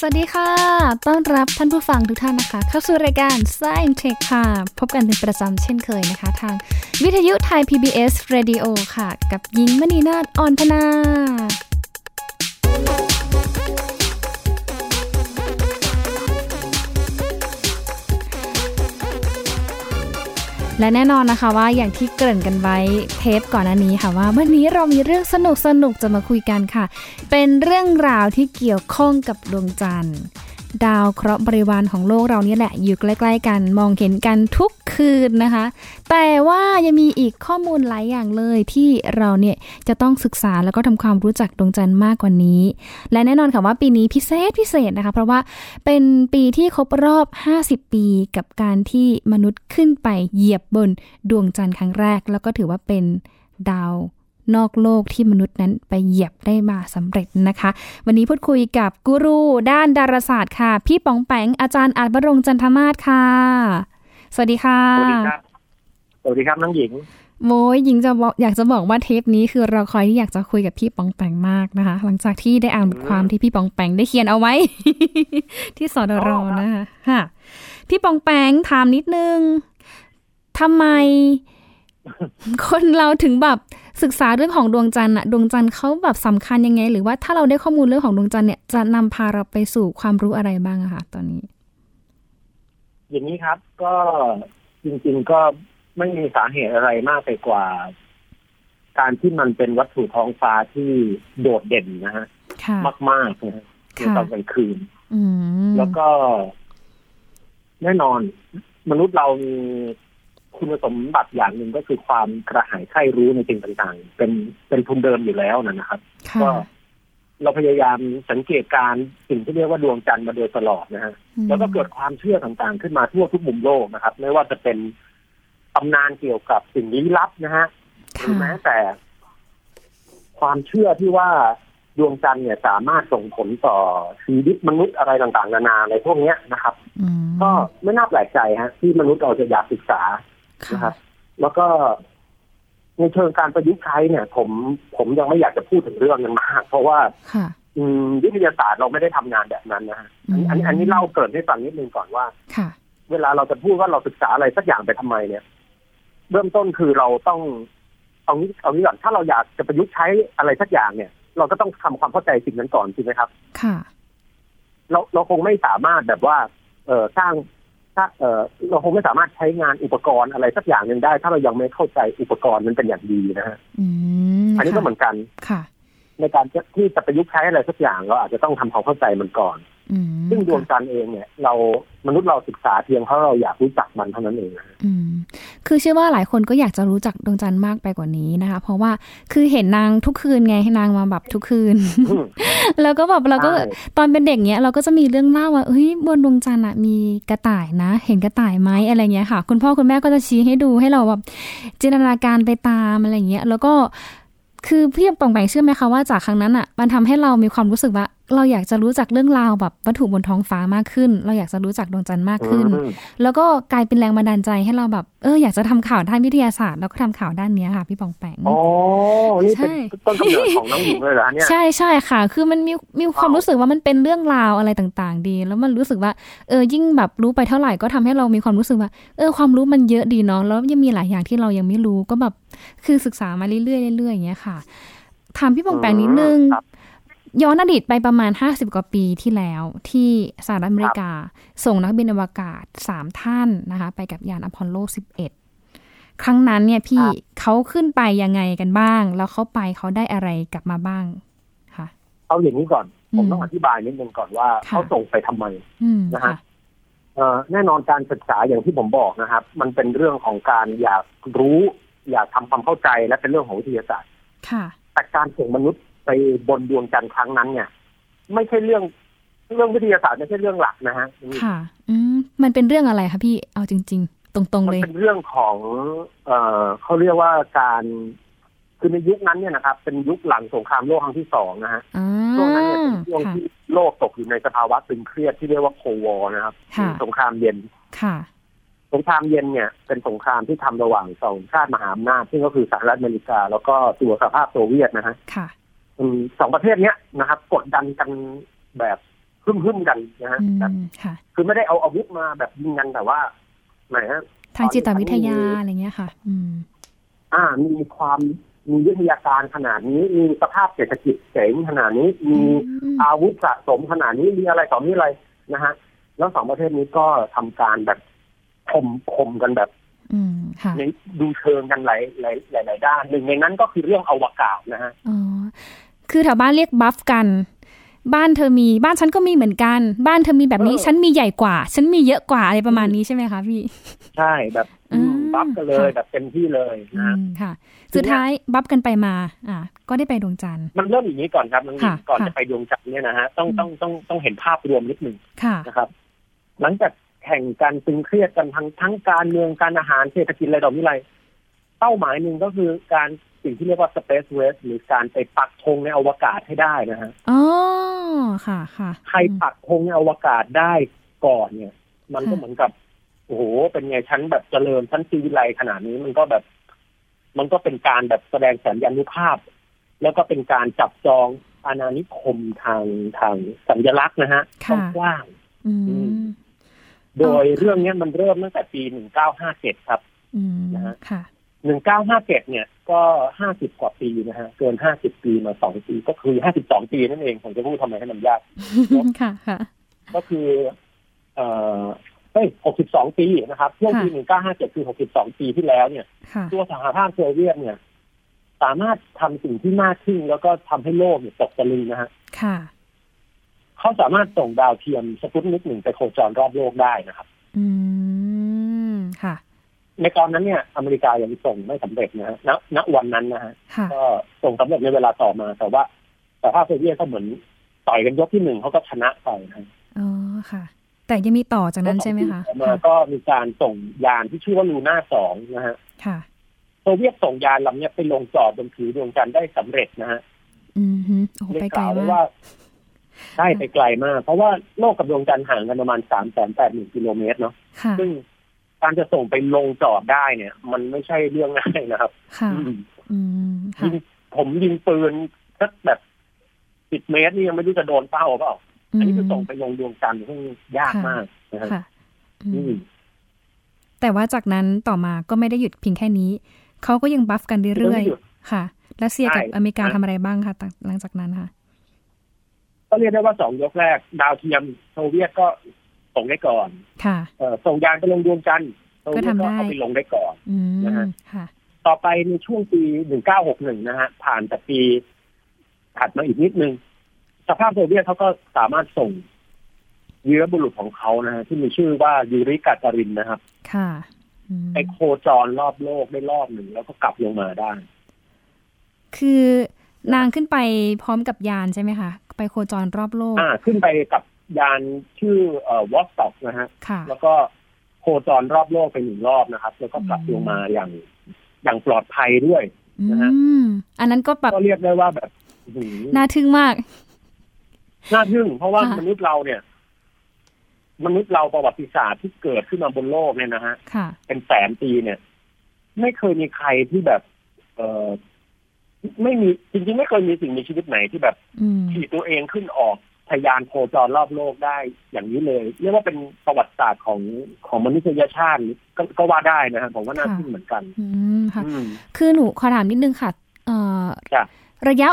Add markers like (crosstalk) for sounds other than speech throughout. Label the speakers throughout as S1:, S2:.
S1: สวัสดีค่ะ ต้อนรับท่านผู้ฟังทุกท่านนะคะ เข้าสู่รายการ Science Tech ค่ะ พบกันเป็นประจำเช่นเคยนะคะ ทางวิทยุไทย PBS Radio ค่ะ กับยิงมณีนาฏอ่อนพนา และแน่นอนนะคะว่าอย่างที่เกริ่นกันไว้เทปก่อนหน้านี้ค่ะว่าวันนี้เรามีเรื่องสนุกสนุกๆจะมาคุยกันค่ะ เป็นเรื่องราวที่เกี่ยวข้องกับดวงจันทร์ ดาวเคราะห์บริวารของโลกเราเนี่ยแหละอยู่ใกล้ ๆ กันมองเห็นกันทุกคืนนะคะ แต่ว่ายังมีอีกข้อมูลหลายอย่างเลยที่เราเนี่ยจะต้องศึกษาแล้วก็ทำความรู้จักดวงจันทร์มากกว่านี้ และแน่นอนค่ะว่าปีนี้พิเศษพิเศษนะคะ เพราะว่าเป็นปีที่ครบรอบ 50 ปีกับการที่มนุษย์ขึ้นไปเหยียบบนดวงจันทร์ครั้งแรก แล้วก็ถือว่าเป็นดาว นอกโลกที่มนุษย์นั้นไปเหยียบได้มาสำเร็จนะคะ วันนี้พูดคุยกับกูรูด้านดาราศาสตร์ค่ะ พี่ปองแปงอาจารย์อาจบรงค์จันทมาศค่ะ สวัสดีค่ะ
S2: สวัสดีครับ สวัสดีครับน้องหญิง
S1: โว้ยหญิงจะบอกอยากจะบอกว่าเทปนี้คือเราคอยที่อยากจะคุยกับพี่ปองแปงมากนะคะ หลังจากที่ได้อ่านบทความที่พี่ปองแปงได้เขียนเอาไว้ (laughs) ที่สอดร
S2: อ๋อครับ
S1: นะคะค่ะพี่ปองแปงถามนิดนึงทำไม คนเราถึงแบบศึกษาเรื่องของดวงจันทร์อะดวงจันทร์เขาแบบสำคัญยังไง หรือว่าถ้าเราได้ข้อมูลเรื่องของดวงจันทร์เนี่ยจะนำพาเราไปสู่ความรู้อะไรบ้างอะคะตอนนี้
S2: อย่างนี้ครับ ก็จริง ๆ ก็ไม่มีสาเหตุอะไรมากไปกว่า การที่มันเป็นวัตถุท้องฟ้าที่โดดเด่นนะฮะ
S1: ค่ะ
S2: มากๆนะฮะใน
S1: ค่ะ
S2: ตอนกลางคืน
S1: อืม
S2: แล้วก็ แน่นอน มนุษย์เรามีคุณสมบัติอย่างหนึ่งก็คือความกระหายใคร่รู้ในสิ่งต่างๆ เป็นเป็นทุนเดิมอยู่แล้วนะครับ
S1: ค่ะ
S2: ก็เราพยายามสังเกตการณ์สิ่งที่เรียกว่าดวงจันทร์มาโดยตลอดนะฮะ
S1: อืม
S2: แล้วก็เกิดความเชื่อต่างๆ ขึ้นมาทั่วทุกมุมโลกนะครับ ไม่ว่าจะเป็นตำนานเกี่ยวกับสิ่งลี้ลับนะฮะหรือ
S1: ค่ะ
S2: แม้แต่ ความเชื่อที่ว่าดวงจันทร์เนี่ยสามารถส่งผลต่อชีวิตมนุษย์อะไรต่างๆ นานาในพวกเนี้ยนะครับ
S1: อืม
S2: ก็ไม่น่าแปลกใจฮะที่มนุษย์เราจะอยากศึกษา นะครั
S1: ค่ะ
S2: บ แล้วก็ในเชิงการประยุกต์ใช้เนี่ย ผมผมยังไม่อยากจะพูดถึงเรื่องนั้นมากเพราะว่า
S1: ค่ะ
S2: อืมวิทยาศาสตร์เราไม่ได้ทำงานแบบนั้นนะฮะอันอันอันนี้เล่าเกรินให้ฟังนิดนึงก่อนว่า
S1: ค่ะ
S2: เวลาเราจะพูดว่าเราศึกษาอะไรสักอย่างไปทำไมเนี่ย เริ่มต้นคือเราต้องเอางี้เอางี้ก่อนถ้าเราอยากจะประยุกต์ใช้อะไรสักอย่างเนี่ย เราก็ต้องทำความเข้าใจสิ่งนั้นก่อนใช่ไหมครับ
S1: ค่ะ
S2: เราเราคงไม่สามารถแบบว่า เออสร้างถ้าเออเราคงไม่สามารถใช้งานอุปกรณ์อะไรสักอย่างหนึ่งได้ ถ้าเรายังไม่เข้าใจอุปกรณ์มันเป็นอย่างดีนะฮะ
S1: อืม
S2: อันนี้ก็เหมือนกัน
S1: ค่ะ
S2: ในการจะที่จะประยุกต์ใช้อะไรสักอย่างเราอาจจะต้องทำความเข้าใจมันก่อน
S1: อืม
S2: ซึ่งดวงจันทร์เองเนี่ย เรามนุษย์เราศึกษาเพียงเพราะเราอยากรู้จักมันเท่านั้นเองนะ
S1: อืม คือเชื่อว่าหลายคนก็อยากจะรู้จักดวงจันทร์มากไปกว่านี้นะคะ เพราะว่าคือเห็นนางทุกคืนไงให้นางมาแบบทุกคืน แล้วก็แบบเราก็
S2: ใช่
S1: ตอนเป็นเด็กเนี้ยเราก็จะมีเรื่องเล่าว่าเอ้ยบนดวงจันทร์อะมีกระต่ายนะ เห็นกระต่ายไหมอะไรเงี้ยค่ะ คุณพ่อคุณแม่ก็จะชี้ให้ดูให้เราแบบจินตนาการไปตามอะไรเงี้ย แล้วก็คือพี่ปองแปงเชื่อไหมคะว่าจากครั้งนั้นอะมันทำให้เรามีความรู้สึกว่า เราอยากจะรู้จักเรื่องราวแบบวัตถุบนท้องฟ้ามากขึ้น เราอยากจะรู้จักดวงจันทร์มากขึ้น
S2: อืม
S1: แล้วก็กลายเป็นแรงบันดาลใจให้เราแบบเอออยากจะทำข่าวด้านวิทยาศาสตร์แล้วก็ทำข่าวด้านเนี้ยค่ะ พี่ปองแปง
S2: อ๋อ นี่เป็น
S1: ใช่
S2: ต้นกำเนิดของน้องหญิงเลยเหรอฮะเนี่ย
S1: ใช่ใช่ค่ะ คือมันมีมีความ
S2: ว้าว
S1: รู้สึกว่ามันเป็นเรื่องราวอะไรต่างๆ ดี แล้วมันรู้สึกว่าเออยิ่งแบบรู้ไปเท่าไหร่ก็ทำให้เรามีความรู้สึกว่า เออความรู้มันเยอะดีเนาะแล้วยังมีหลายอย่างที่เรายังไม่รู้ก็แบบคือศึกษามาเรื่อยๆเรื่อยๆอย่างเงี้ยค่ะถามพี่ปองแปงนิดนึง
S2: ครับ
S1: ย้อนอดีตไปประมาณ 50 กว่าปีที่แล้วที่สหรัฐอเมริกา ส่งนักบินอวกาศ 3 ท่านนะคะ ไปกับยานอพอลโล 11 ครั้งนั้นเนี่ยพี่
S2: ครับ
S1: เขาขึ้นไปยังไงกันบ้าง แล้วเขาไปเขาได้อะไรกลับมาบ้างค่ะ
S2: เอาอย่างนี้ก่อน ผมต้อง
S1: อืม
S2: อธิบายนิดนึงก่อนว่า
S1: ค่ะ
S2: เขาส่งไปทำไม
S1: อืม
S2: นะ
S1: ค่ะ
S2: ฮะ เอ่อแน่นอนการศึกษาอย่างที่ผมบอกนะครับ มันเป็นเรื่องของการอยากรู้ อยากทำความเข้าใจและเป็นเรื่องของวิทยาศาสตร์
S1: ค่ะ
S2: แต่การส่งมนุษย์ไปบนดวงจันทร์ครั้งนั้นเนี่ย ไม่ใช่เรื่องเรื่องวิทยาศาสตร์ไม่ใช่เรื่องหลักนะฮะ
S1: ค่ะ อืมมันเป็นเรื่องอะไรคะพี่เอาจริง ๆ ตรงๆ
S2: มั
S1: เลย
S2: เป็นเรื่องของ เอ่อเขาเรียกว่าการคือในยุคนั้นเนี่ยนะครับ เป็นยุคหลังสงครามโลกครั้งที่สองนะฮะ
S1: อ่า
S2: ช่วงนั้นเนี่ยเป็นช่วง
S1: ค่ะ
S2: ที่โลกตกอยู่ในสภาวะตึงเครียดที่เรียกว่าโควอนะครับ
S1: ค่ะ
S2: สงครามเย็น
S1: ค่ะ
S2: สงครามเย็นเนี่ยเป็นสงครามที่ทำระหว่างสองชาติมหาอำนาจซึ่งก็คือสหรัฐอเมริกา แล้วก็ตัวสหภาพโซเวียตนะฮะ
S1: ค่ะ
S2: อืมสองประเทศเนี้ยนะครับ กดดันกันแบบ พึ่มพึ่มๆกันนะฮะ
S1: อื
S2: แต่
S1: มค่ะ
S2: คือไม่ได้เอาอาวุธมาแบบยิงกันแต่ว่าแหม
S1: ทางจิตวิทยา
S2: ตอนนี้
S1: อะไรเงี้ยค่ะ อืม
S2: อ่ามีความมีวิทยาการขนาดนี้ มีสภาพเศรษฐกิจเสงขนาดนี้มี
S1: อืม
S2: อาวุธสะสมขนาดนี้มีอะไรต่อมีอะไรนะฮะแล้วสองประเทศนี้ก็ทำการแบบข่มข่มกันแบบ
S1: อืมค่ะ
S2: ในดูเชิงกันหลายหลายหลายหลายด้านหนึ่งในนั้นก็คือเรื่องอวกาศนะฮะ
S1: อ๋อคือแถวบ้านเรียกบัฟกัน บ้านเธอมีบ้านฉันก็มีเหมือนกัน บ้านเธอมีแบบนี้ฉันมีใหญ่กว่า ฉันมีเยอะกว่าอะไรประมาณนี้ใช่ไหมคะพี่
S2: ใช่แบบ
S1: อืม
S2: บัฟกันเลยแบบเต็มที่เลย
S1: อื
S2: นะฮะ
S1: มค่ะ
S2: ทีเนี้ย
S1: สุดท้ายบัฟกันไปมา อ่ะก็ได้ไปดวงจันทร์
S2: มันเริ่มอย่างนี้ก่อนครับมัน
S1: ค่ะ
S2: ก่อน
S1: ค่ะ
S2: จะไปดวงจันทร์เนี่ยนะฮะต้อง
S1: อืม
S2: ต้องต้องต้องเห็นภาพรวมนิดหนึ่ง
S1: ค่ะ
S2: นะครับ หลังจากแข่งกันตึงเครียดกันทั้งทั้งการเมืองการอาหารเศรษฐกิจอะไรต่อมีอะไร เป้าหมายหนึ่งก็คือการสิ่งที่เรียกว่า space race หรือการไปปักธงในอวกาศให้ได้นะฮะ
S1: อ๋อ ค่ะค่ะ
S2: ใคร
S1: ปัก
S2: ปักธงในอวกาศได้ก่อนเนี่ย มันก็
S1: ค่ะ
S2: เหมือนกับโอ้โหเป็นไงชั้นแบบเจริญชั้นซีวิไลขนาดนี้มันก็แบบ มันก็เป็นการแบบแสดงสัญญานุภาพ แล้วก็เป็นการจับจองอาณานิคมทางทางสัญลักษณ์นะฮะกว้างๆ
S1: อื
S2: อื
S1: ม
S2: ม โดยเรื่องเนี้ยมันเริ่มตั้งแต่ปี 1957 ครับ
S1: อืม
S2: นะฮะ
S1: ค่ะ
S2: 1957 เนี่ยก็ 50 กว่าปีนะฮะ เกิน 50 ปีมา 2 ปี ก็คือ 52 ปีนั่นเอง ผมจะพูดทำไมให้มันยาก
S1: ค่ะค่ะ
S2: ก็คือ เอ่อเฮ้ย 62 ปีนะครับช่วงปี
S1: ค่ะ
S2: 1957 คือ 62 ปีที่แล้วเนี่ย
S1: ค่ะ
S2: ตัวสหภาพโซเวียตเนี่ย สามารถทำสิ่งที่น่าทึ่งแล้วก็ทำให้โลกเนี่ยตกตะลึงนะฮะ
S1: ค่ะ
S2: เขาสามารถส่งดาวเทียมสปุตนิกหนึ่งไปโคจรรอบโลกได้นะครับ
S1: อืม ค่ะ
S2: ในตอนนั้นเนี่ยอเมริกายังส่งไม่สำเร็จนะฮะณณวันนั้นนะฮะ
S1: ค่ะ
S2: ก็ส่งสำเร็จในเวลาต่อมา แต่ว่าสหภาพโซเวียตก็เหมือนต่อยกันยกที่หนึ่งเขาก็ชนะไปนะ
S1: อ๋อ ค่ะ แต่ยังมีต่อจากนั้นใช่ไหมคะ
S2: ต่อมาก็มีการส่งยานที่ชื่อว่าลูน่าสองนะฮะ
S1: ค่ะ
S2: โซเวียตส่งยานลำเนี้ยไปลงจอดบนผิวดวงจันทร์ได้สำเร็จนะฮะ
S1: อืมฮึโอ้โหไปไกล
S2: ด้
S1: มาก
S2: ใช่ไปไกลมาก เพราะว่าโลกกับดวงจันทร์ห่างกันประมาณสามแสนแปดหมื่นกิโลเมตรเนาะ
S1: ค่ะ
S2: ซึ่งการจะส่งไปลงจอดได้เนี่ย มันไม่ใช่เรื่องง่ายนะครับ
S1: ค่ะ
S2: อืม
S1: อืม ค่ะ
S2: ยิงผมยิงปืนสักแบบสิบเมตรนี่ยังไม่รู้จะโดนเป้าเปล่า อันนี้คือส่งไปลงดวงจันทร์ซึ่งยากมากนะฮะ
S1: ค่ะอื
S2: อื
S1: ม
S2: ม
S1: แต่ว่าจากนั้นต่อมาก็ไม่ได้หยุดเพียงแค่นี้ เขาก็ยังบัฟกันเรื่อย
S2: ไม่หยุด
S1: ๆ ค่ะ รัสเซียกับ
S2: ใช่
S1: อเมริกา
S2: ใช่
S1: ทำอะไรบ้างคะต่างหลังจากนั้นค่ะ
S2: ก็เรียกได้ว่าสองยกแรก ดาวเทียมโซเวียตก็ส่งได้ก่อน
S1: ค่ะ
S2: เอ่อส่งยานไปลงดวงจันทร์โซเวียต
S1: ก็ทำได้
S2: ก็เอาไปลงได้ก่อน
S1: อื
S2: นะ
S1: ม
S2: ฮะ
S1: ค่ะ
S2: ต่อไปในช่วงปี 1961 นะฮะ ผ่านจากปีถัดมาอีกนิดนึง สภาพโซเวียตเขาก็สามารถส่งวีรบุรุษของเขานะฮะที่มีชื่อว่ายูริกาตารินนะครับ
S1: ค่ะ อืม
S2: ไปโคจรรอบโลกได้รอบหนึ่งแล้วก็กลับลงมาได้
S1: คือนางขึ้นไปพร้อมกับยานใช่ไหมคะ ไปโคจรรอบโลก
S2: อ่า ขึ้นไปกับยานชื่อเอ่อวอสต็อกนะฮะ
S1: ค่ะ
S2: แล้วก็โคจรรอบโลกไปหนึ่งรอบนะครับ แล้วก็กลับลงมาอย่างอย่างปลอดภัยด้วย
S1: อื
S2: นะฮะ
S1: ม อันนั้นก็แบบ
S2: ก็เรียกได้ว่าแบบอื้อหือ
S1: น่าทึ่งมาก
S2: น่าทึ่งเพราะว่า
S1: ค่ะ
S2: มนุษย์เราเนี่ย มนุษย์เราประวัติศาสตร์ที่เกิดขึ้นมาบนโลกเนี่ยนะฮะ
S1: ค่ะ
S2: เป็นแสนปีเนี่ย ไม่เคยมีใครที่แบบ เออไม่มีจริงๆไม่เคยมีสิ่งมีชีวิตไหนที่แบบ
S1: อืม
S2: ขี่ตัวเองขึ้นออกทะยานโคจรรอบโลกได้อย่างนี้เลย เรียกว่าเป็นประวัติศาสตร์ของของมนุษยชาติก็ก็ว่าได้นะครับผมว่าน่า
S1: ค่ะ
S2: ทึ่งเหมือนกัน
S1: อืม ค่ะ
S2: อืม
S1: คือหนูขอถามนิดนึงค่ะ เอ่อ
S2: จ้ะ
S1: ระยะ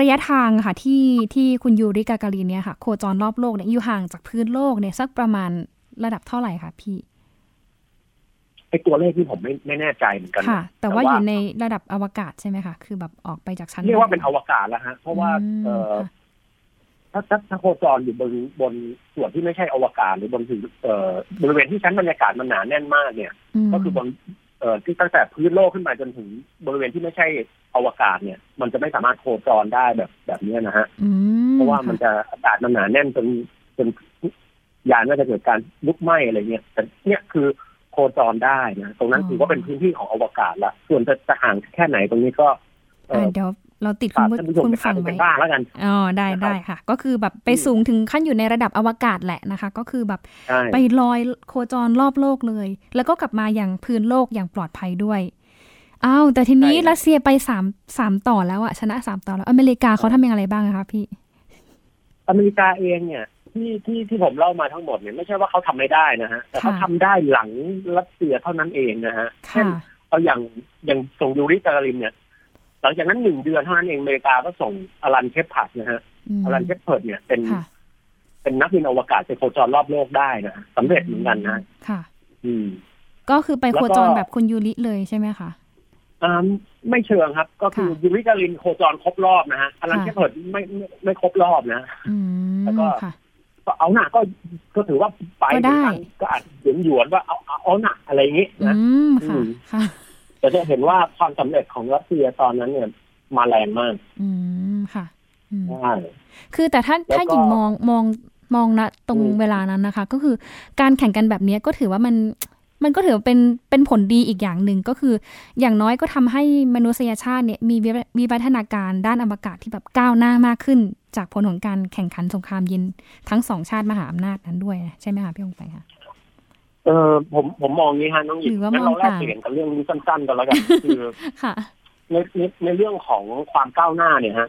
S1: ระยะทางค่ะที่ที่คุณยูริกาการีนเนี่ยค่ะ โคจรรอบโลกเนี่ยอยู่ห่างจากพื้นโลกเนี่ยสักประมาณระดับเท่าไหร่คะพี่
S2: ไอตัวเลขที่ผมไม่ไม่แน่ใจเหมือนกัน
S1: ค่ะ แต่ว่าอยู่ในระดับอวกาศใช่ไหมคะ คือแบบออกไปจากชั้น
S2: เรียกว่าเป็น
S1: ด
S2: อวกาศแล้วฮะ เพราะว่า
S1: ม
S2: เออ
S1: ค่ะ
S2: ถ้าถ้าถ้าโคจรอยู่บนบนส่วนที่ไม่ใช่อวกาศหรือบนถึงเอ่อบริเวณที่ชั้นบรรยากาศมันหนาแน่นมากเนี่ย
S1: ม
S2: ก็คือบนเอ่อที่ตั้งแต่พื้นโลกขึ้นมาจนถึงบริเวณที่ไม่ใช่อวกาศเนี่ย มันจะไม่สามารถโคจรได้แบบแบบนี้นะฮะ
S1: อืม
S2: เพราะว่ามัน
S1: ค่
S2: จะอากาศมันหนาแน่นจนจนยานน่าจะเกิดการลุกไหม้อะไรเงี้ยแต่เนี่ยคือโคจรได้นะตรงนั้นถือว่าเป็นพื้นที่ของอวกาศละส่วนจะจะห่างแค่ไหนตรงนี้ก็เอ่
S1: อ่า
S2: อ
S1: เดี๋ยวเราติดคุ
S2: ฝา
S1: ณ
S2: ก
S1: ผู้
S2: ท่านผู้ชม
S1: คุณฟัไว้
S2: ไปอ่าง นกันบ้างแล้วกัน
S1: อ๋อได้
S2: นะครับ
S1: ได้ค่ะ ก็คือแบบไป
S2: อืม
S1: สูงถึงขั้นอยู่ในระดับอวกาศแหละนะคะ ก็คือแบบ
S2: ใช่
S1: ไปลอยโคจรรอบโลกเลย แล้วก็กลับมาอย่างพื้นโลกอย่างปลอดภัยด้วยอ้าวแต่ทีนี้รัสเซียไปสามสามต่อแล้วอะชนะสามต่อแล้วอเมริกาเขาทำยังไงบ้างอะคะพี่
S2: อเมริกาเองเนี่ย ที่ที่ที่ผมเล่ามาทั้งหมดเนี่ยไม่ใช่ว่าเขาทำไม่ได้นะฮะแต่เขาทำได้หลังรัสเซียเท่านั้นเองนะฮะเช่
S1: ค่ะ
S2: นเอาอย่างอย่างส่งยูริกาลินเนี่ย หลังจากนั้นหนึ่งเดือนเท่านั้นเองอเมริกาก็ส่งอลันเคปผัดนะฮะอลันเคปเพิร์ดเนี่ยเป็น
S1: ค่ะ
S2: เป็นนักบินอวกาศไปโคจรรอบโลกได้นะสำเร็จเหมือนกันนะ
S1: ค่ะ
S2: อืม
S1: ก็คือไป
S2: แล้วก็
S1: โคจรแบบคุณยูริเลยใช่ไหมคะ
S2: อ่าไม่เชิงครับ ก็คือ
S1: ค่ะ
S2: ยูริกาลินโคจรครบรอบนะฮะอลัน
S1: ค่ะ
S2: เคปเพิร์ดไม่ไม่ไม่ครบรอบนะ
S1: อืม
S2: แล้วก็
S1: ค่ะ
S2: ก็เอาหนักก็ก็ถือว่าไป
S1: ก็ได้
S2: เหมือนกันก็อาจหยวนหยวนๆว่าเอาเอาเอาหนักอะไรอย่างงี้
S1: อื
S2: นะ
S1: ม
S2: อื
S1: ค่ะ
S2: ม
S1: ค่ะ
S2: แต่จะเห็นว่าความสำเร็จของรัสเซียตอนนั้นเนี่ย มาแรงมาก
S1: อืมค่ะอืม
S2: ใช่
S1: คือแต่ถ้า
S2: แล้วก็
S1: ถ้าหญิงมองมองมองนะตรง
S2: อืม
S1: เวลานั้นนะคะ ก็คือการแข่งกันแบบเนี้ยก็ถือว่ามันมันก็ถือว่าเป็นเป็นผลดีอีกอย่างหนึ่งก็คือ อย่างน้อยก็ทำให้มนุษยชาติเนี่ยมีวิวิวัฒนาการด้านอวกาศที่แบบก้าวหน้ามากขึ้น จากผลของการแข่งขันสงครามเย็นทั้งสองชาติมหาอำนาจนั้นด้วยนะใช่ไหมคะพี่องแปงคะ
S2: เออผมผมมองอย่างนี้ฮะน้องหญิง
S1: หรือว่า
S2: งั้นเราแล
S1: ม
S2: ก
S1: องต่าง
S2: เปลี่ยนกันเรื่องนี้สั้นๆกันแล้วกัน คือ
S1: ค่ะ
S2: ในในในเรื่องของความก้าวหน้าเนี่ยฮะ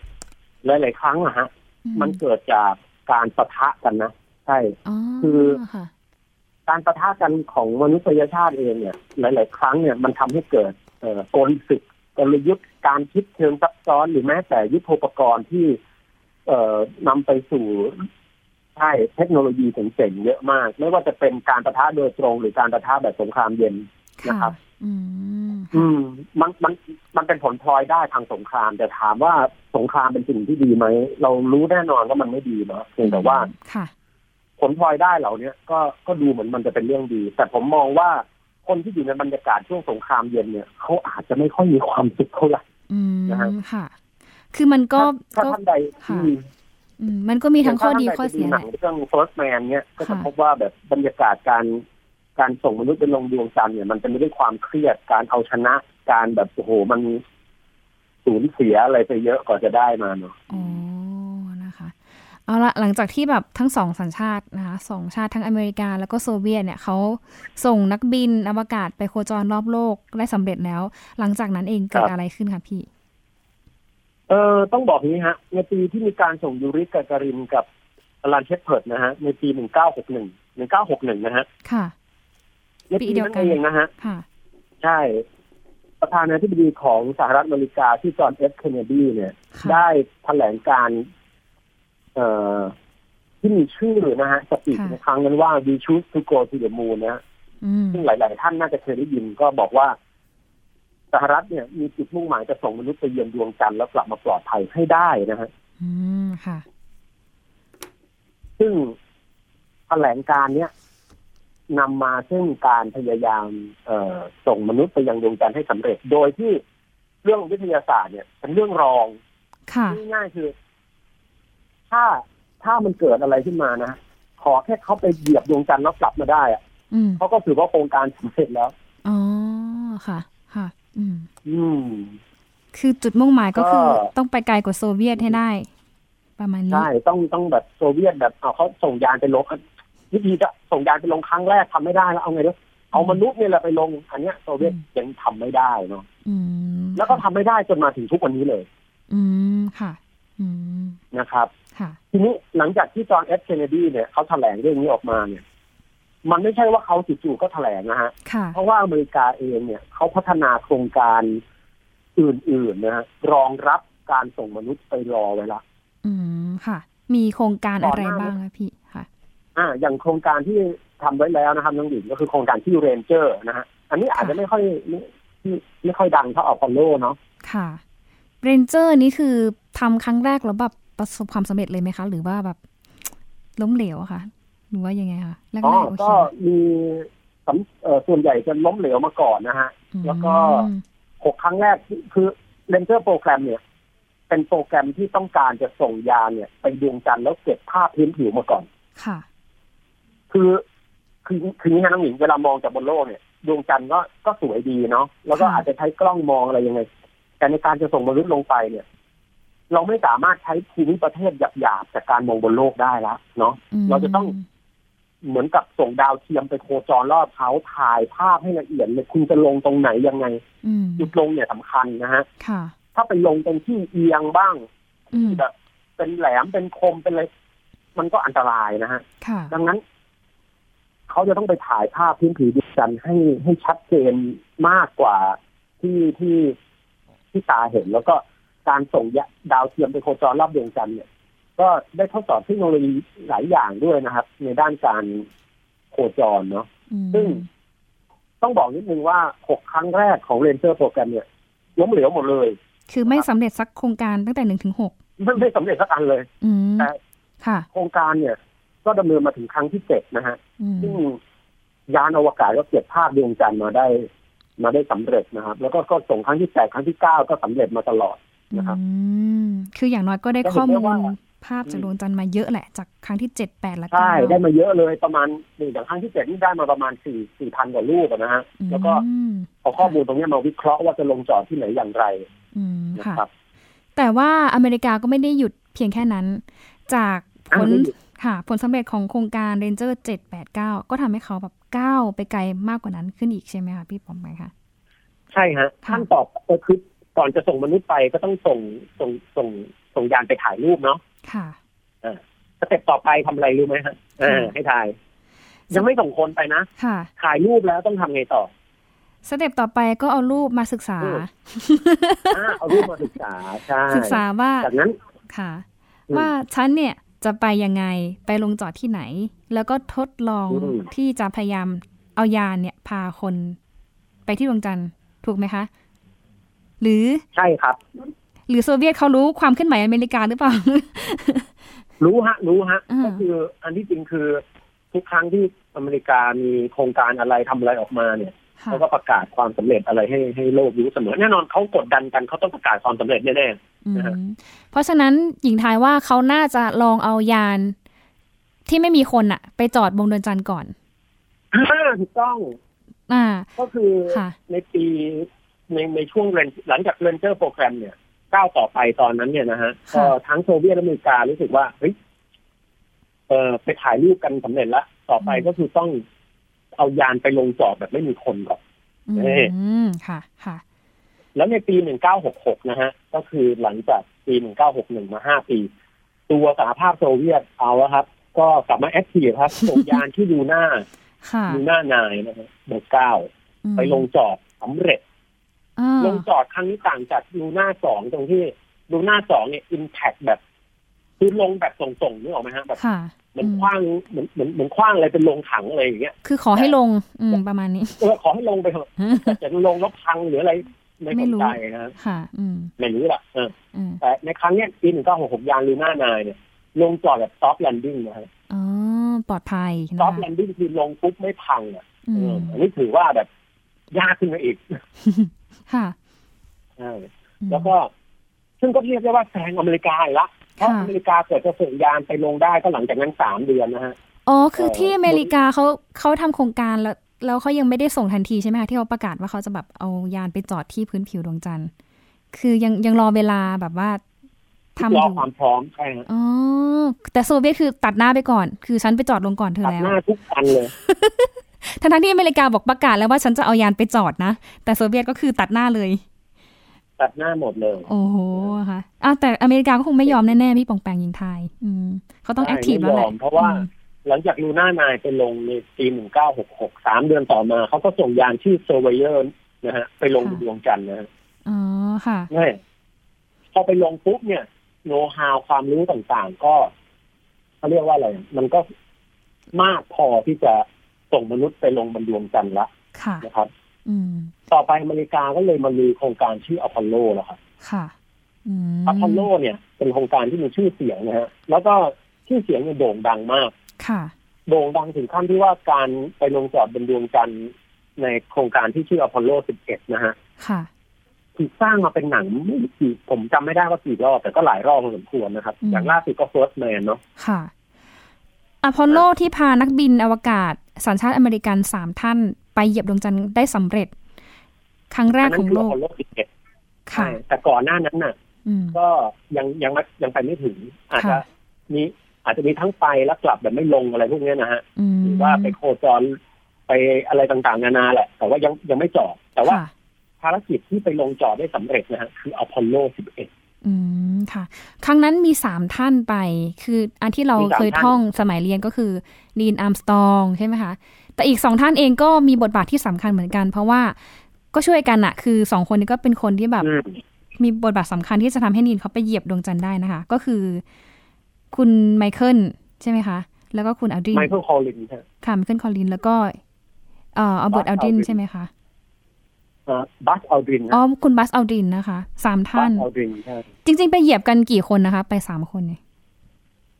S2: หลายๆครั้งอะฮะ
S1: อื
S2: มันเกิดจากการปะทะกันนะใช่
S1: อ๋อ
S2: คือ
S1: ค่ะ
S2: การปะทะกันของมนุษยชาติเองเนี่ย หลาย ๆ ครั้งเนี่ยมันทำให้เกิดเอ่อกลศึกกลยุทธ์การคิดเชิงซับซ้อนหรือแม้แต่ยุทโธปกรณ์ที่ เอ่อนำไปสู่ใช่เทคโนโลยีเจ๋งๆเยอะมาก ไม่ว่าจะเป็นการปะทะโดยตรง หรือการปะทะแบบสงครามเย็น นะ
S1: ค่ะ
S2: ครับ
S1: อืม
S2: อืม มันมันมันเป็นผลพลอยได้ทางสงคราม แต่ถามว่าสงครามเป็นสิ่งที่ดีไหม เรารู้แน่นอนว่ามันไม่ดีเนาะเพียงแต่ว่า
S1: ค่ะ
S2: ผลพลอยได้เหล่าเนี้ยก็ก็ดูเหมือนมันจะเป็นเรื่องดี แต่ผมมองว่าคนที่อยู่ในบรรยากาศช่วงสงครามเย็นเนี่ยเขาอาจจะไม่ค่อยมีความสุขเท่าไหร่
S1: อืม
S2: นะครับ
S1: ค่ะ คือมันก็
S2: ถ้า
S1: ก็
S2: ท่านใด
S1: ค่ะ
S2: อืม
S1: อืมมันก็มีทั้งข้อดี
S2: ถ้า
S1: ข้อ
S2: ท่านใไป
S1: เสีย
S2: ห
S1: แห
S2: นั
S1: ละ
S2: งเรื่อง first man เนี่ยก็จะ
S1: ค่ะ
S2: พบว่าแบบบรรยากาศการการส่งมนุษย์ไปลงดวงจันทร์เนี่ยมันเป็นไปด้วยความเครียดการเอาชนะการแบบโอ้โหมันสูญเสียอะไรไปเยอะกว่าจะได้มาเนาะ
S1: อ๋อ นะคะ เอาละหลังจากที่แบบทั้งสองสัญชาตินะคะสองชาติทั้งอเมริกาแล้วก็โซเวียตเนี่ยเขาส่งนักบินอวกาศไปโคจรรอบโลกได้สำเร็จแล้ว หลังจากนั้นเองเกิ
S2: ครั
S1: ด
S2: บ
S1: อะไรขึ้นคะพี่
S2: เออต้องบอกอย่างนี้ฮะ ในปีที่มีการส่งยูริกาการินกับอลันเชตเพิร์ดนะฮะในปีหนึ่งเก้าหกหนึ่งหนึ่งเก้าหกหนึ่งนะฮะ
S1: ค่ะ
S2: ในปีนั้นเองนะฮะ
S1: ค่ะ
S2: ใช่ ประธานาธิบดีของสหรัฐอเมริกาที่จอห์นเอฟเคนเนดีเนี่ย
S1: ค่ะ
S2: ได้แถลงการเอ่อที่มีชื่อนะฮะสปีด
S1: ค่ะ
S2: ในครั้งนั้นว่า we choose to go to the moon นะฮะ
S1: อืม
S2: ซึ่งหลาย ๆ ท่านน่าจะเคยได้ยินก็บอกว่า สหรัฐเนี่ยมีจุดมุ่งหมายจะส่งมนุษย์ไปเยือนดวงจันทร์แล้วกลับมาปลอดภัยให้ได้นะฮะ
S1: อืม ค่ะ
S2: ซึ่งแถลงการเนี้ยนำมาซึ่งการพยายาม เอ่อส่งมนุษย์ไปยังดวงจันทร์ให้สำเร็จ โดยที่เรื่องวิทยาศาสตร์เนี่ยเป็นเรื่องรอง
S1: ค่ะ
S2: ง่ายๆคือ ถ้าถ้ามันเกิดอะไรขึ้นมานะ ขอแค่เขาไปเหยียบดวงจันทร์แล้วกลับมาได้อะ
S1: อืม
S2: เขาก็ถือว่าโครงการสำเร็จแล้ว
S1: อ๋อ ค่ะ ค่ะ อืม
S2: อืม
S1: คือจุดมุ่งหมายก็คือ
S2: ก็
S1: ต้องไปไกลกว่าโซเวียตให้ได้ ประมาณนี้
S2: ใช่ต้องต้องแบบโซเวียตแบบเอาเขาส่งยานไปลงอ่ะวิธีจะส่งยานไปลงครั้งแรกทำไม่ได้แล้วเอาไงดีเอามนุษย์เนี่ยแหละไปลง อันเนี้ยโซเวียตยังทำไม่ได้เนาะ
S1: อืม
S2: แล้วก็ทำไม่ได้จนมาถึงทุกวันนี้เลย
S1: อืม ค่ะ อืม
S2: นะครับ
S1: ค่ะ
S2: ทีนี้หลังจากที่จอห์นเอฟเคนเนดีเนี่ยเขาแถลงเรื่องนี้ออกมาเนี่ย มันไม่ใช่ว่าเขาจู่ๆก็แถลงนะฮะ
S1: ค่ะ
S2: เพราะว่าอเมริกาเองเนี่ยเขาพัฒนาโครงการอื่นๆนะฮะรองรับการส่งมนุษย์ไปรอไว้ละ
S1: อืมค่ะ มีโครงการ
S2: ก่
S1: อะ
S2: อน
S1: ไร
S2: หน้า
S1: บ้างคะพี่ค่ะ
S2: อ่า อย่างโครงการที่ทำไว้แล้วนะครับน้องหญิงก็คือโครงการที่เรนเจอร์นะฮะอันนี้อาจจะไม่ค่อยไม่ไม่ค่อยดังเท่าอพอลโลเนาะ
S1: ค่ะเรนเจอร์นี่คือทำครั้งแรกแล้วแบบประสบความสำเร็จเลยไหมคะ หรือว่าแบบ ล้มเหลวอะคะหรือว่ายังไงคะแรก
S2: อ๋อ
S1: ๆโอเค
S2: ก็มีสำเอ่อส่วนใหญ่จะล้มเหลวมาก่อนนะฮะ
S1: อืม
S2: แล้วก็ หกครั้งแรกที่คือเ a นเจอร์โปรแกรมเนี่ย เป็นโปรแกรมที่ต้องการจะส่งยานเนี่ย ไปดวงจันทร์แล้วเก็บภาพพื้นผิวมาก่อน
S1: ค่ะ
S2: คือคือคืออย่างนี้ฮะน้องหญิงเวลามองจากบนโลกเนี่ย ดวงจันทร์ก็ก็สวยดีเนาะแล้วก็
S1: ค่ะ
S2: อาจจะใช้กล้องมองอะไรยังไง แต่ในการจะส่งมนุษย์ลงไปเนี่ย เราไม่สามารถใช้ภูมิประเทศหยาบๆจากการมองบนโลกได้ละเนาะ
S1: ม
S2: เราจะต้อง เหมือนกับส่งดาวเทียมไปโคจรรอบเขาถ่ายภาพให้ละเอียดเลยคุณจะลงตรงไหนยังไง
S1: อืม
S2: จุดลงเนี่ยสำคัญนะฮะ
S1: ค่ะ
S2: ถ้าเป็นลงเป็นที่เอียงบ้าง
S1: อืม
S2: แบบเป็นแหลมเป็นคมเป็นอะไร มันก็อันตรายนะฮะ
S1: ค่ะ
S2: ดังนั้น เขาจะต้องไปถ่ายภาพพื้นผิวดวงจันทร์ให้ให้ชัดเจนมากกว่าที่ที่ที่ตาเห็น แล้วก็การส่งยะดาวเทียมไปโคจรรอบดวงจันทร์เนี่ย ก็ได้ทดสอบเทคโนโลยีหลายอย่างด้วยนะครับ ในด้านการโคจรเนาะ
S1: อืม
S2: ซึ่งต้องบอกนิดนึงว่าหกครั้งแรกของเรนเจอร์โปรแกรมเนี่ยล้มเหลวหมดเลย
S1: คือไม่สำเร็จสักโครงการตั้งแต่หนึ่งถึงหก
S2: ไม่ได้สำเร็จสักอันเลย
S1: อืม
S2: แต่
S1: ค่ะ
S2: โครงการเนี่ย ก็ดำเนินมาถึงครั้งที่เจ็ดนะฮะ
S1: อืม
S2: ซึ่งยานอวกาศก็เก็บภาพดวงจันทร์มาได้มาได้สำเร็จนะครับ แล้วก็ก็ส่งครั้งที่แปดครั้งที่เก้าก็สำเร็จมาตลอดนะครับ
S1: อืมคืออย่างน้อยก็ได้
S2: ก็เห็น
S1: ข้อ
S2: ได้
S1: มูล
S2: ว่า
S1: ภาพจากดวงจันทร์มาเยอะแหละ จากครั้งที่เจ็ดแปดและ
S2: ใช่
S1: เก้า
S2: ได้มาเยอะเลยประมาณหนึ่งอย่างครั้งที่เจ็ดนี่ได้มาประมาณสี่สี่พันกว่ารูปอะนะฮะแล้วก็
S1: อืม
S2: เอาข้อมูลตรงเนี้ยมาวิเคราะห์ว่าจะลงจอดที่ไหนอย่างไร
S1: อืม
S2: นะ
S1: ค่ะ
S2: ครับ
S1: แต่ว่าอเมริกาก็ไม่ได้หยุดเพียงแค่นั้น จากผ
S2: อ้าว
S1: ล
S2: ไม่หยุด
S1: ค่ะ ผลสำเร็จของโครงการ Ranger 789 ก็ทำให้เขาแบบก้าวไปไกลมากกว่านั้นขึ้นอีกใช่ไหมคะพี่ปอมไหมคะ
S2: ใช่ฮะ
S1: ค่ะ
S2: ขั้นตอบก็คือก่อนจะส่งมนุษย์ไปก็ต้องส่งส่งส่งส่งยานไปถ่ายรูปเนาะ
S1: ค่ะ
S2: สเต็ปต่อไปทำอะไรรู้ไหมฮะเออให้ถ่าย ยังไม่ส่งคนไปนะ
S1: ค่ะ
S2: ถ่ายรูปแล้วต้องทำไง
S1: (laughs)
S2: ต่อ
S1: สเต็ปต่อไปก็เอารูปมาศึกษา
S2: อืม อ่าเอารูปมาศึกษาใช่
S1: ศึกษาว่า
S2: จากนั้น
S1: ค่ะ
S2: อืม
S1: ว่าฉันเนี่ยจะไปยังไงไปลงจอดที่ไหน แล้วก็ทดลอง
S2: อืม
S1: ที่จะพยายามเอายานเนี่ยพาคนไปที่ดวงจันทร์ถูกไหมคะ หรือ
S2: ใช่ครับ
S1: หรือโซเวียตเขารู้ความเคลื่อนไหวอเมริกาหรือเปล่า
S2: (laughs) รู้ฮะ รู้ฮะ
S1: อืม
S2: ก็คืออันที่จริงคือ ทุกครั้งที่อเมริกามีโครงการอะไรทำอะไรออกมาเนี่ย
S1: ค่ะ
S2: เขาก็ประกาศความสำเร็จอะไรให้ให้โลกรู้เสมอแน่นอนเขากดดันกันเขาต้องประกาศความสำเร็จแน่
S1: อืม
S2: นะฮะ
S1: เพราะฉะนั้นหญิงทายว่าเขาน่าจะลองเอายานที่ไม่มีคนอะไปจอดบนดวงจันทร์ก่อน
S2: ๆ (coughs) อ่าถูกต้อง
S1: อ่า
S2: ก็คือ
S1: ค่ะ
S2: ในปีในในช่วงเรนหลังจากเรนเจอร์โปรแกรมเนี่ยก้าวต่อไปตอนนั้นเนี่ยนะฮะ
S1: ค่ะ
S2: ก็ทั้งโซเวียตและอเมริการู้สึกว่าเฮ้ยเออไปถ่ายรูปกันสำเร็จแล้วต่อไปก็คือต้องเอายานไปลงจอดแบบไม่มีคนก่อน
S1: อื
S2: เอ๊ะ
S1: มค่ะ ค่ะ
S2: แล้วในปี 1966 นะฮะ ก็คือหลังจากปี 1961 มา 5 ปี ตัวสหภาพโซเวียตเอาละครับ ก็กลับมาแอคทีฟ
S1: (laughs)
S2: ครับ ส่งยานที่ดูหน้า
S1: ค่ะ
S2: ดูหน้านายนะฮะเบอร์เก้า
S1: อืม
S2: ไปลงจอดสำเร็จ
S1: อ่า
S2: ลงจอดครั้งนี้ต่างจากดูหน้าสองตรงที่ดูหน้าสองเนี่ยอิมแพคแบบ คือลงแบบส่งๆนึกออกไหมฮะแบบ
S1: ค่ะ
S2: เหมือนคว้างเหมือนเหมือนเหมือนคว้างอะไรเป็นลงถังอะไรอย่างเงี้ย
S1: คือขอให้ลง อืมประมาณนี้ (laughs)
S2: เออขอให้ลงไปเถอะแต่จะลงแล้วพังหรืออะไรไม่สนใจนะฮะ
S1: ค่ะ อืม
S2: ไม่รู้ละเออ
S1: อืม
S2: แต่ในครั้งเนี้ยปีหนึ่งเก้าหกหกยานลูน่านายเนี่ย ลงจอดแบบซอฟต์แลนดิ้งนะฮะ
S1: อ๋อปลอดภัย
S2: ซ
S1: นะ
S2: อ
S1: คะ
S2: ฟต์แลนดิ้งคือลงปุ๊บไม่พังอ่ะ
S1: อื
S2: เอ
S1: ม
S2: ออันนี้ถือว่าแบบยากขึ้นมาอีก (laughs)
S1: ค่ะ
S2: ใช่แล้วก็ ซึ่งก็เรียกได้ว่าแซงอเมริกาอีกละเพราะ
S1: ค่ะ
S2: อเมริกาเกิดจะส่งยานไปลงได้ก็หลังจากนั้นสามเดือนนะฮะ
S1: อ๋อ คือ
S2: เอ่อ
S1: ที่อเมริกาเขาเขาทำโครงการแล้ว แล้วเขายังไม่ได้ส่งทันทีใช่ไหมคะที่เขาประกาศว่าเขาจะแบบเอายานไปจอดที่พื้นผิวดวงจันทร์ คือยังยังรอเวลาแบบว่าทำอ
S2: รอยู่ ความพร้อมใช่ฮะ
S1: อ๋อ แต่โซเวียตคือตัดหน้าไปก่อน คือฉันไปจอดลงก่อนเธอ
S2: ตัด
S1: แล้
S2: ห
S1: ว
S2: น้าทุกอันเลย
S1: ทั้งทั้งๆที่อเมริกาบอกประกาศแล้วว่าฉันจะเอายานไปจอดนะ แต่โซเวียตก็คือตัดหน้าเลย
S2: ตัดหน้าหมดเลย
S1: โอ้โหค่ะอ่ะแต่อเมริกาก็คงไม่ยอมแน่ๆพี่ปองแปงยิงไทาย อืมเขาต้อง
S2: ใช่
S1: แอคทีฟแล้วแหละ
S2: ไม่ยอมเพราะว่า
S1: อืม
S2: หลังจากลูน่านายไปลงในปีหนึ่งเก้าหกหกสามเดือนต่อมาเขาก็ส่งยานชื่อเซอร์เวเยอร์นะฮะไปลงบนดวงจันทร์นะฮะ
S1: อ๋อค่ะ
S2: ใช่พอไปลงปุ๊บเนี่ยโน้ตฮาวความรู้ต่างๆ ก็เขาเรียกว่าอะไร มันก็มากพอที่จะส่งมนุษย์ไปลงบนดวงจันทร์ละ
S1: ค่ะ
S2: นะครับ
S1: อืม
S2: ต่อไปอเมริกาก็เลยมามีโครงการชื่ออพอลโลแล้วครับ
S1: ค่ะอืม
S2: อพอลโลเนี่ยเป็นโครงการที่มีชื่อเสียงนะฮะแล้วก็ชื่อเสียงเนี่ยโด่งดังมาก
S1: ค่ะ
S2: โด่งดังถึงขั้นที่ว่าการไปลงจอดบนดวงจันทร์ในโครงการที่ชื่ออพอลโล 11 นะฮะ
S1: ค่ะ
S2: ถูกสร้างมาเป็นหนังไม่รู้กี่ผมจำไม่ได้ว่ากี่รอบ แต่ก็หลายรอบพอสมควรนะครับ
S1: อืม
S2: อย่างล่าสุดก็ First Man เนาะ
S1: ค่ะ อพอลโลที่พานักบินอวกาศ สัญชาติอเมริกันสามท่าน ไปเหยียบดวงจันทร์ได้สำเร็จ ครั้งแร
S2: อั
S1: ก
S2: น
S1: ข
S2: นั้
S1: อ
S2: น
S1: ง
S2: คือ
S1: โล
S2: อก พอลโล11
S1: ค่ะ
S2: แต่ก่อนหน้านั้นน่ะ
S1: อืม
S2: ก็ยังยังไม่ยังไปไม่ถึง อาจจะ
S1: ค่ะ
S2: มีอาจจะมีทั้งไปและกลับแบบไม่ลงอะไรพวกเนี้ยนะฮะ
S1: อืม
S2: หรือว่าไปโคจรไปอะไรต่างๆ นานาแหละ แต่ว่ายังยังไม่จอดแต่ว่า
S1: ค่ะ
S2: ภารกิจที่ไปลงจอดได้สำเร็จนะฮะคืออพอลโล 11
S1: อืมค่ะ ครั้งนั้นมีสามท่านไป คืออันที่เราเคยท่องสมัยเรียนก็คือลีนอาร์มสตองใช่ไหมคะ แต่อีกสองท่านเองก็มีบทบาทที่สำคัญเหมือนกัน เพราะว่าก็ช่วยกันอะคือสองคนนี้ก็เป็นคนที่แบบ
S2: อืม
S1: มีบทบาทสำคัญที่จะทำให้นีนเขาไปเหยียบดวงจันทร์ได้นะคะ ก็คือคุณไมเคิลใช่ไหมคะ แล้วก็คุณอัลดริน
S2: ไมเคิลคอลลินส์ฮะ
S1: ค่ะไมเคิลคอลลิน แล้วก็เอ่ออัลเบิร์ต
S2: Buzz
S1: อัลดริน
S2: Aldrin
S1: ใช่ไหมคะ
S2: บัสอัลดิน
S1: อ๋อคุณบัสอัลดรินนะคะสาม
S2: บั
S1: ท่า
S2: ส
S1: น
S2: อัลดินใช่
S1: จริง ๆ ไปเหยียบกันกี่คนนะคะ ไปสามคนเนี่ย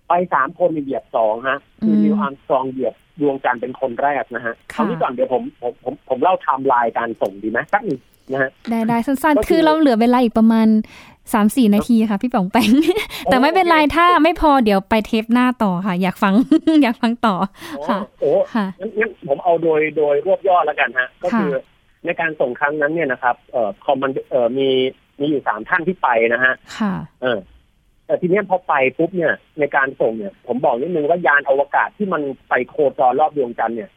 S2: ไปสามคนเหยียบสองฮะ คือ
S1: ม
S2: นิวอาร์มสตรองเหยียบดวงจันทร์เป็นคนแรกนะฮะ
S1: ค่ะ
S2: คราวนี้ก่อนเดี๋ยวผมผมผมผมเล่าไทม์ไลน์การส่งดีไหมสักหนึ่งนะฮะ
S1: ได้ได้สั้น
S2: ก็
S1: ๆ
S2: คือ
S1: คือเราเหลือเวลาอีกประมาณสามสี่นาทีค่ะ พี่ป๋องแป
S2: (laughs)
S1: ง แต่ไม่เป็นไรถ้าไม่พอเดี๋ยวไปเทปหน้าต่อค่ะ อยากฟัง (laughs) อยากฟังต่อ
S2: โอ้
S1: ค่ะ
S2: โอ้
S1: ค่ะ
S2: งั้นงั้นผมเอาโดยโดยรวบย่อแล้วกันฮะ ก็คือในการส่งครั้งนั้นเนี่ยนะครับเอ่อคอมมันเอ่อมีมีอยู่สามท่านที่ไปนะฮะ
S1: ค่ะ
S2: เออแต่ทีเนี้ยพอไปปุ๊บเนี่ย ในการส่งเนี่ย ผมบอกนิดนึงว่ายานอวกาศที่มันไปโคจรรอบดวงจันทร์เนี่ย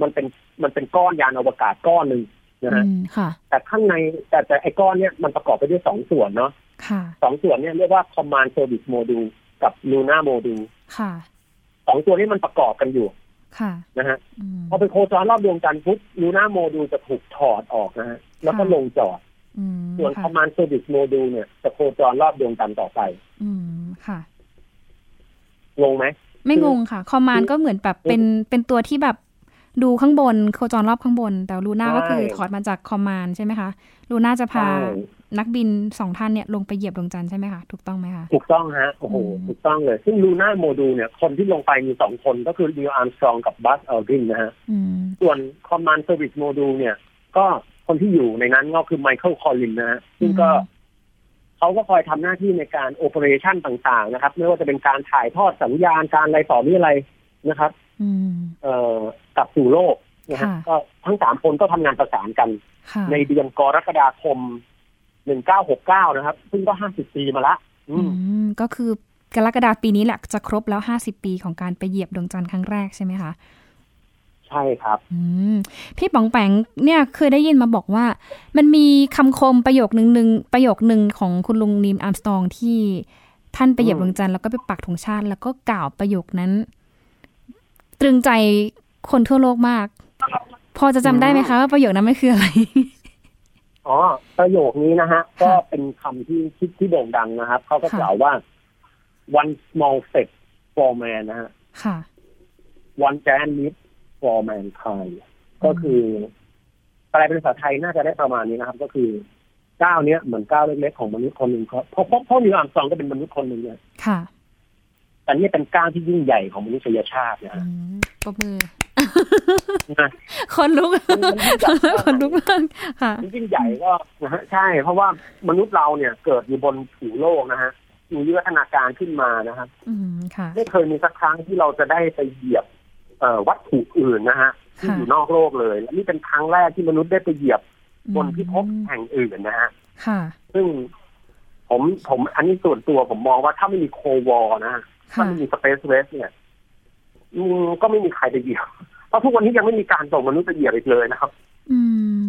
S2: มันเป็นมันเป็นก้อนยานอวกาศก้อนหนึ่งนะ
S1: อื
S2: ฮะ
S1: มค่ะ
S2: แต่ข้างในแต่แต่ไอ้ก้อนเนี่ยมันประกอบไปด้วยสองส่วนเนาะ
S1: ค่ะ
S2: สองส่วนเนี่ยเรียกว่า command service module กับ lunar module
S1: ค่ะ
S2: สองตัวนี้มันประกอบกันอยู่
S1: ค่ะ
S2: นะฮะ
S1: อืม
S2: พอไปโคจรรอบดวงจันทร์ปุ๊บ lunar module จะถูกถอดออกนะฮะแล้วก็ลงจอด
S1: อืม
S2: ส่วน
S1: ค่ะ
S2: command service module เนี่ยจะโคจรรอบดวงจันทร์ต่อไป
S1: อืมค่ะ
S2: งงไหม
S1: ไม่งงค่ะ คอมมานก็เหมือนแบบเป็นเป็นตัวที่แบบดูข้างบนโคจรรอบข้างบน แต่ลูน่า
S2: ใช่
S1: ก็คือถอดมาจากคอมมานใช่ไหมคะลูน่าจะพา
S2: ใช่
S1: นักบินสองท่านเนี่ยลงไปเหยียบดวงจันทร์ใช่ไหมคะถูกต้องไหมคะ
S2: ถูกต้องฮะ โอ้โห
S1: อืม
S2: ถูกต้องเลย ซึ่งลูน่าโมดูลเนี่ย คนที่ลงไปมีสองคนก็คือดิวอาร์มสตรองกับบัสเอลดินนะฮะ
S1: อืม
S2: ส่วนคอมมานด์เซอร์วิสโมดูลเนี่ย ก็คนที่อยู่ในนั้นก็คือไมเคิลคอลลินนะฮะ ซึ่งก็เขาก็คอยทำหน้าที่ในการโอเปอเรชันต่างๆนะครับ ไม่ว่าจะเป็นการถ่ายทอดสัญญาณการอะไรต่อมีอะไรนะครับ
S1: อืม
S2: เอ่อกลับสู่โลกนะฮะ
S1: ค่ะ
S2: ก็ทั้งสามคนก็ทำงานประสานกัน
S1: ค่ะ
S2: ในเดือนกรกฎาคม 1969 นะครับ ซึ่งก็ 50 ปีมาละอื
S1: อื
S2: ม
S1: มก็คือกรกฎาคมปีนี้แหละจะครบแล้วห้าสิบปีของการไปเหยียบดวงจันทร์ครั้งแรกใช่ไหมคะ
S2: ใช่ครับ
S1: อืมพี่ป๋องแปงเนี่ยเคยได้ยินมาบอกว่า มันมีคำคมประโยคนึงหนึ่งประโยคหนึ่งของคุณลุงนีมอาร์มสตองที่ท่านไปเหยียบ
S2: อื
S1: ด
S2: ม
S1: วงจันทร์แล้วก็ไปปักธงชาติ แล้วก็กล่าวประโยคนั้น ตรึงใจคนทั่วโลกมาก พอจะจำได้ไหมคะว่าประโยคนั้นมันคืออะไร (laughs)
S2: อ๋อประโยคนี้นะฮะ ก็
S1: ค่ะ
S2: เป็นคำที่ที่ที่โด่งดังนะครับ เขาก็
S1: ค่ะ
S2: กล่าวว่า one small step for man นะฮะ
S1: ค่ะ
S2: one giant leap for mankind ก็คือแปลเป็นภาษาไทยน่าจะได้ประมาณนี้นะครับ ก็คือก้าวเนี้ยเหมือนก้าวเล็กๆของมนุษย์คนหนึ่งครับเพราะเพราะเพราะนิวอัมสตรองก็เป็นมนุษย์คนหนึ่งเนี่ย
S1: ค่ะ
S2: แต่นี่เป็นก้าวที่ยิ่งใหญ่ของมนุษยชาตินะ
S1: อื
S2: ฮะ
S1: มปรบ
S2: (laughs)
S1: มือ
S2: นะ
S1: คนลุก
S2: มันมันยิ่งใหญ่มาก
S1: (laughs) คนลุกมากค่ะ
S2: ยิ่งใหญ่ก็นะฮะใช่ เพราะว่ามนุษย์เราเนี่ย เกิดอยู่บนผิวโลกนะฮะมีวิวัฒนาการขึ้นมานะครับ
S1: อืมค่ะ
S2: ไม่เคยมีสักครั้งที่เราจะได้ไปเหยียบเอ่อวัตถุอื่นนะฮะที่
S1: ค่ะ
S2: อยู่นอกโลกเลยและนี่เป็นครั้งแรกที่มนุษย์ได้ไปเหยียบ
S1: อืม
S2: บนพิภพแห่งอื่นนะฮะ
S1: ค่ะ
S2: ซึ่งผมผมอันนี้ส่วนตัวผมมองว่าถ้าไม่มีโควอนะฮะ
S1: ค่ะ
S2: ถ้าไม่มีสเปซเวสเนี่ยอืมก็ไม่มีใครไปเหยียบเพราะทุกวันนี้ยังไม่มีการส่งมนุษย์ไปเหยียบอีกเลยนะครับ
S1: อืม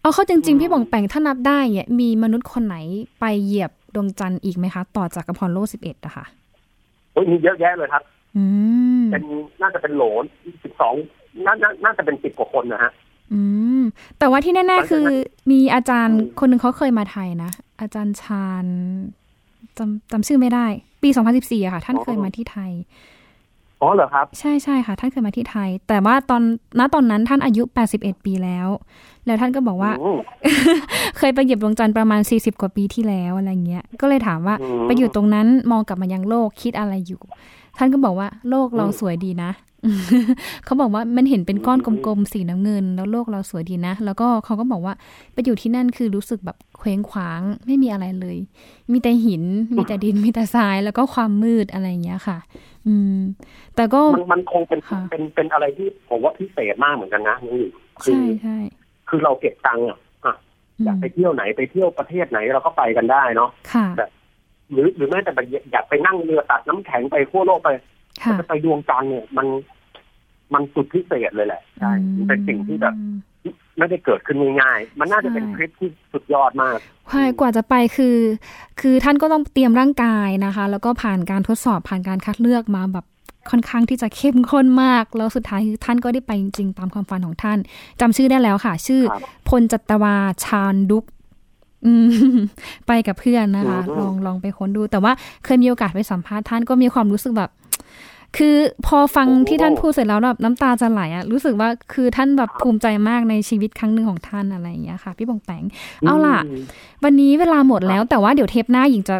S1: เอาเข้าจริง
S2: อื
S1: ๆ
S2: ม
S1: พี่บ่องแปงถ้านับได้เนี่ยมีมนุษย์คนไหนไปเหยียบดวงจันทร์อีกไหมคะ ต่อจากอพอลโล 11อะค่ะ
S2: โอ้ยมีเยอะแยะเลยครับ
S1: อืม
S2: เป็นน่าจะเป็นโหลนสิบสองน่าน่าน่าจะเป็นสิบกว่าคนนะฮะ
S1: อืมแต่ว่าที่แน่ ๆ คือมีอาจารย์
S2: อืม
S1: คนหนึ่งเขาเคยมาไทยนะ อาจารย์ชาญจำจำชื่อไม่ได้ ปี 2014อะค่ะ ท่านเคยมาที่ไทย
S2: อ๋อเหรอครับ
S1: ใช่ใช่ค่ะ ท่านเคยมาที่ไทย แต่ว่าตอนณตอนนั้นท่านอายุ 81 ปีแล้ว แล้วท่านก็บอกว่า
S2: อืม
S1: เคยไปเหยียบดวงจันทร์ประมาณ 40 กว่าปีที่แล้วอะไรเงี้ย ก็เลยถามว่า
S2: อืม
S1: ไปอยู่ตรงนั้นมองกลับมายังโลกคิดอะไรอยู่ ท่านก็บอกว่าโลกเรา
S2: อืม
S1: สวยดีนะ เขาบอกว่ามันเห็นเป็นก้อน
S2: อืม
S1: กลมๆสีน้ำเงิน แล้วโลกเราสวยดีนะ แล้วก็เขาก็บอกว่าไปอยู่ที่นั่นคือรู้สึกแบบเคว้งคว้างไม่มีอะไรเลย มีแต่หิน มีแต่ดิน มีแต่ทรายแล้วก็ความมืดอะไรอย่างเงี้ยค่ะ อืม แต่ก็
S2: มันมันคงเป็น
S1: ค่ะ
S2: เป็นเป็นอะไรที่ผมว่าพิเศษมากเหมือนกันนะนี่คื
S1: ใช่
S2: อ
S1: ใช่
S2: คือเราเก็บตังค์อะอ่ะ
S1: อื
S2: อ
S1: ม
S2: ยากไปเที่ยวไหนไปเที่ยวประเทศไหนเราก็ไปกันได้เนาะ
S1: ค่ะ
S2: หรือหรือแม้แต่แบบอยากไปนั่งเรือตัดน้ำแข็งไปขั้วโลกไป
S1: ค่ะ
S2: จะไปดวงจันทร์เนี่ย มันมันสุดพิเศษเลยแหละใช่มันเป็นสิ่งที่แบบ
S1: อืม
S2: ไม่ได้เกิดขึ้นง่ายๆมันน่าจะเป็น
S1: ใช่
S2: คลิปที่สุดยอดมาก
S1: ใช่กว่าจะไปคือ คือท่านก็ต้องเตรียมร่างกายนะคะ แล้วก็ผ่านการทดสอบผ่านการคัดเลือกมาแบบค่อนข้างที่จะเข้มข้นมาก แล้วสุดท้ายคือท่านก็ได้ไปจริงๆ ตามความฝันของท่านจำชื่อได้แล้วค่ะ ชื่อ
S2: ครับ
S1: พลจัตวาชาญดุกอืม (laughs) ไปกับเพื่อนนะคะ
S2: อืม
S1: ลองลองไปค้นดู แต่ว่าเคยมีโอกาสไปสัมภาษณ์ท่านก็มีความรู้สึกแบบ คือพอฟังที่ท่านพูดเสร็จแล้วแบบน้ำตาจะไหลอะรู้สึกว่าคือท่านแบบภูมิใจมากในชีวิตครั้งหนึ่งของท่านอะไรอย่างเงี้ยค่ะ พี่บงแปง เอาล่ะ
S2: อืม
S1: วันนี้เวลาหมดแล้วแต่ว่าเดี๋ยวเทปหน้าหญิงจะ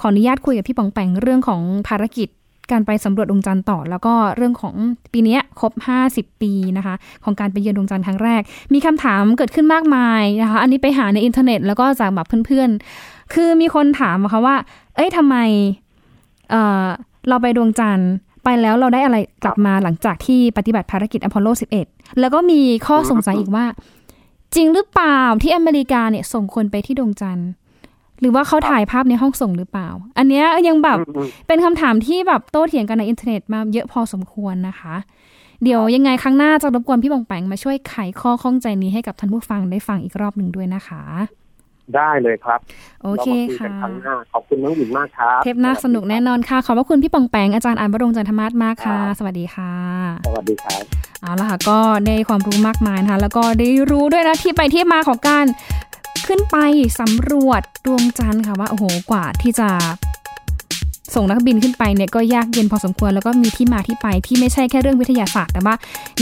S1: ขออนุญาตคุยกับพี่ปองแปงเรื่องของภารกิจการไปสำรวจดวงจันทร์ต่อ แล้วก็เรื่องของปีเนี้ยครบ 50 ปีนะคะ ของการไปเยือนดวงจันทร์ครั้งแรก มีคำถามเกิดขึ้นมากมายนะคะ อันนี้ไปหาในอินเทอร์เน็ตแล้วก็จากแบบเพื่อนๆ คือมีคนถามอะค่ะว่า เอ้ยทำไมเอ่อเราไปดวงจันทร์ไปแล้วเราได้อะไรกลับมาหลังจากที่ปฏิบัติภารกิจอพอลโล 11 แล้วก็มีข้อสงสัยอีกว่า จริงหรือเปล่าที่อเมริกาเนี่ยส่งคนไปที่ดวงจันทร์ หรือว่าเขาถ่ายภาพในห้องส่งหรือเปล่า อันเนี้ยยังแบบ
S2: อืม
S1: เป็นคำถามที่แบบโต้เถียงกันในอินเทอร์เน็ตมาเยอะพอสมควรนะคะ เดี๋ยวยังไงครั้งหน้าจะรบกวนพี่บองแปงมาช่วยไขข้อข้องใจนี้ให้กับท่านผู้ฟังได้ฟังอีกรอบหนึ่งด้วยนะคะ
S2: ได้เลยครับ
S1: โอเค
S2: รามาคุย
S1: ค่ะ
S2: กันครั้งหน้าขอบคุณน้องหญิงมากครับ
S1: เทปหน้าสนุกแน่นอนค่ะ ขอบพระคุณพี่ปองแปงอาจารย์อานบรงค์จันทมาศมากค่ะ สวัสดีค่ะ
S2: สวัสดีครับ
S1: เอาละค่ะก็ได้ความรู้มากมายนะคะ แล้วก็ได้รู้ด้วยนะที่ไปที่มาของการขึ้นไปสำรวจดวงจันทร์ค่ะว่าโอ้โหกว่าที่จะ ส่งนักบินขึ้นไปเนี่ยก็ยากเย็นพอสมควรแล้วก็มีที่มาที่ไปที่ไม่ใช่แค่เรื่องวิทยาศาสตร์ แต่ว่า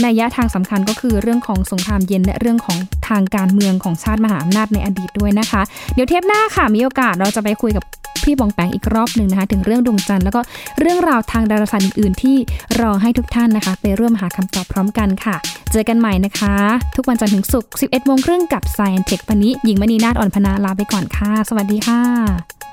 S1: นัยยะทางสำคัญก็คือเรื่องของสงครามเย็นและเรื่องของทางการเมืองของชาติมหาอำนาจในอดีตด้วยนะคะ เดี๋ยวเทปหน้าค่ะมีโอกาสเราจะไปคุยกับพี่บองแปงอีกรอบหนึ่งนะคะ ถึงเรื่องดวงจันทร์แล้วก็เรื่องราวทางดาราศาสตร์อื่นๆ ที่รอให้ทุกท่านนะคะ ไปร่วมหาคำตอบพร้อมกันค่ะ เจอกันใหม่นะคะ ทุกวันจันทร์ถึงศุกร์11โมงครึ่งกับ Science Tech วันนี้หญิงมณีนาฏอ่อนพนาลาไปก่อนค่ะ สวัสดีค่ะ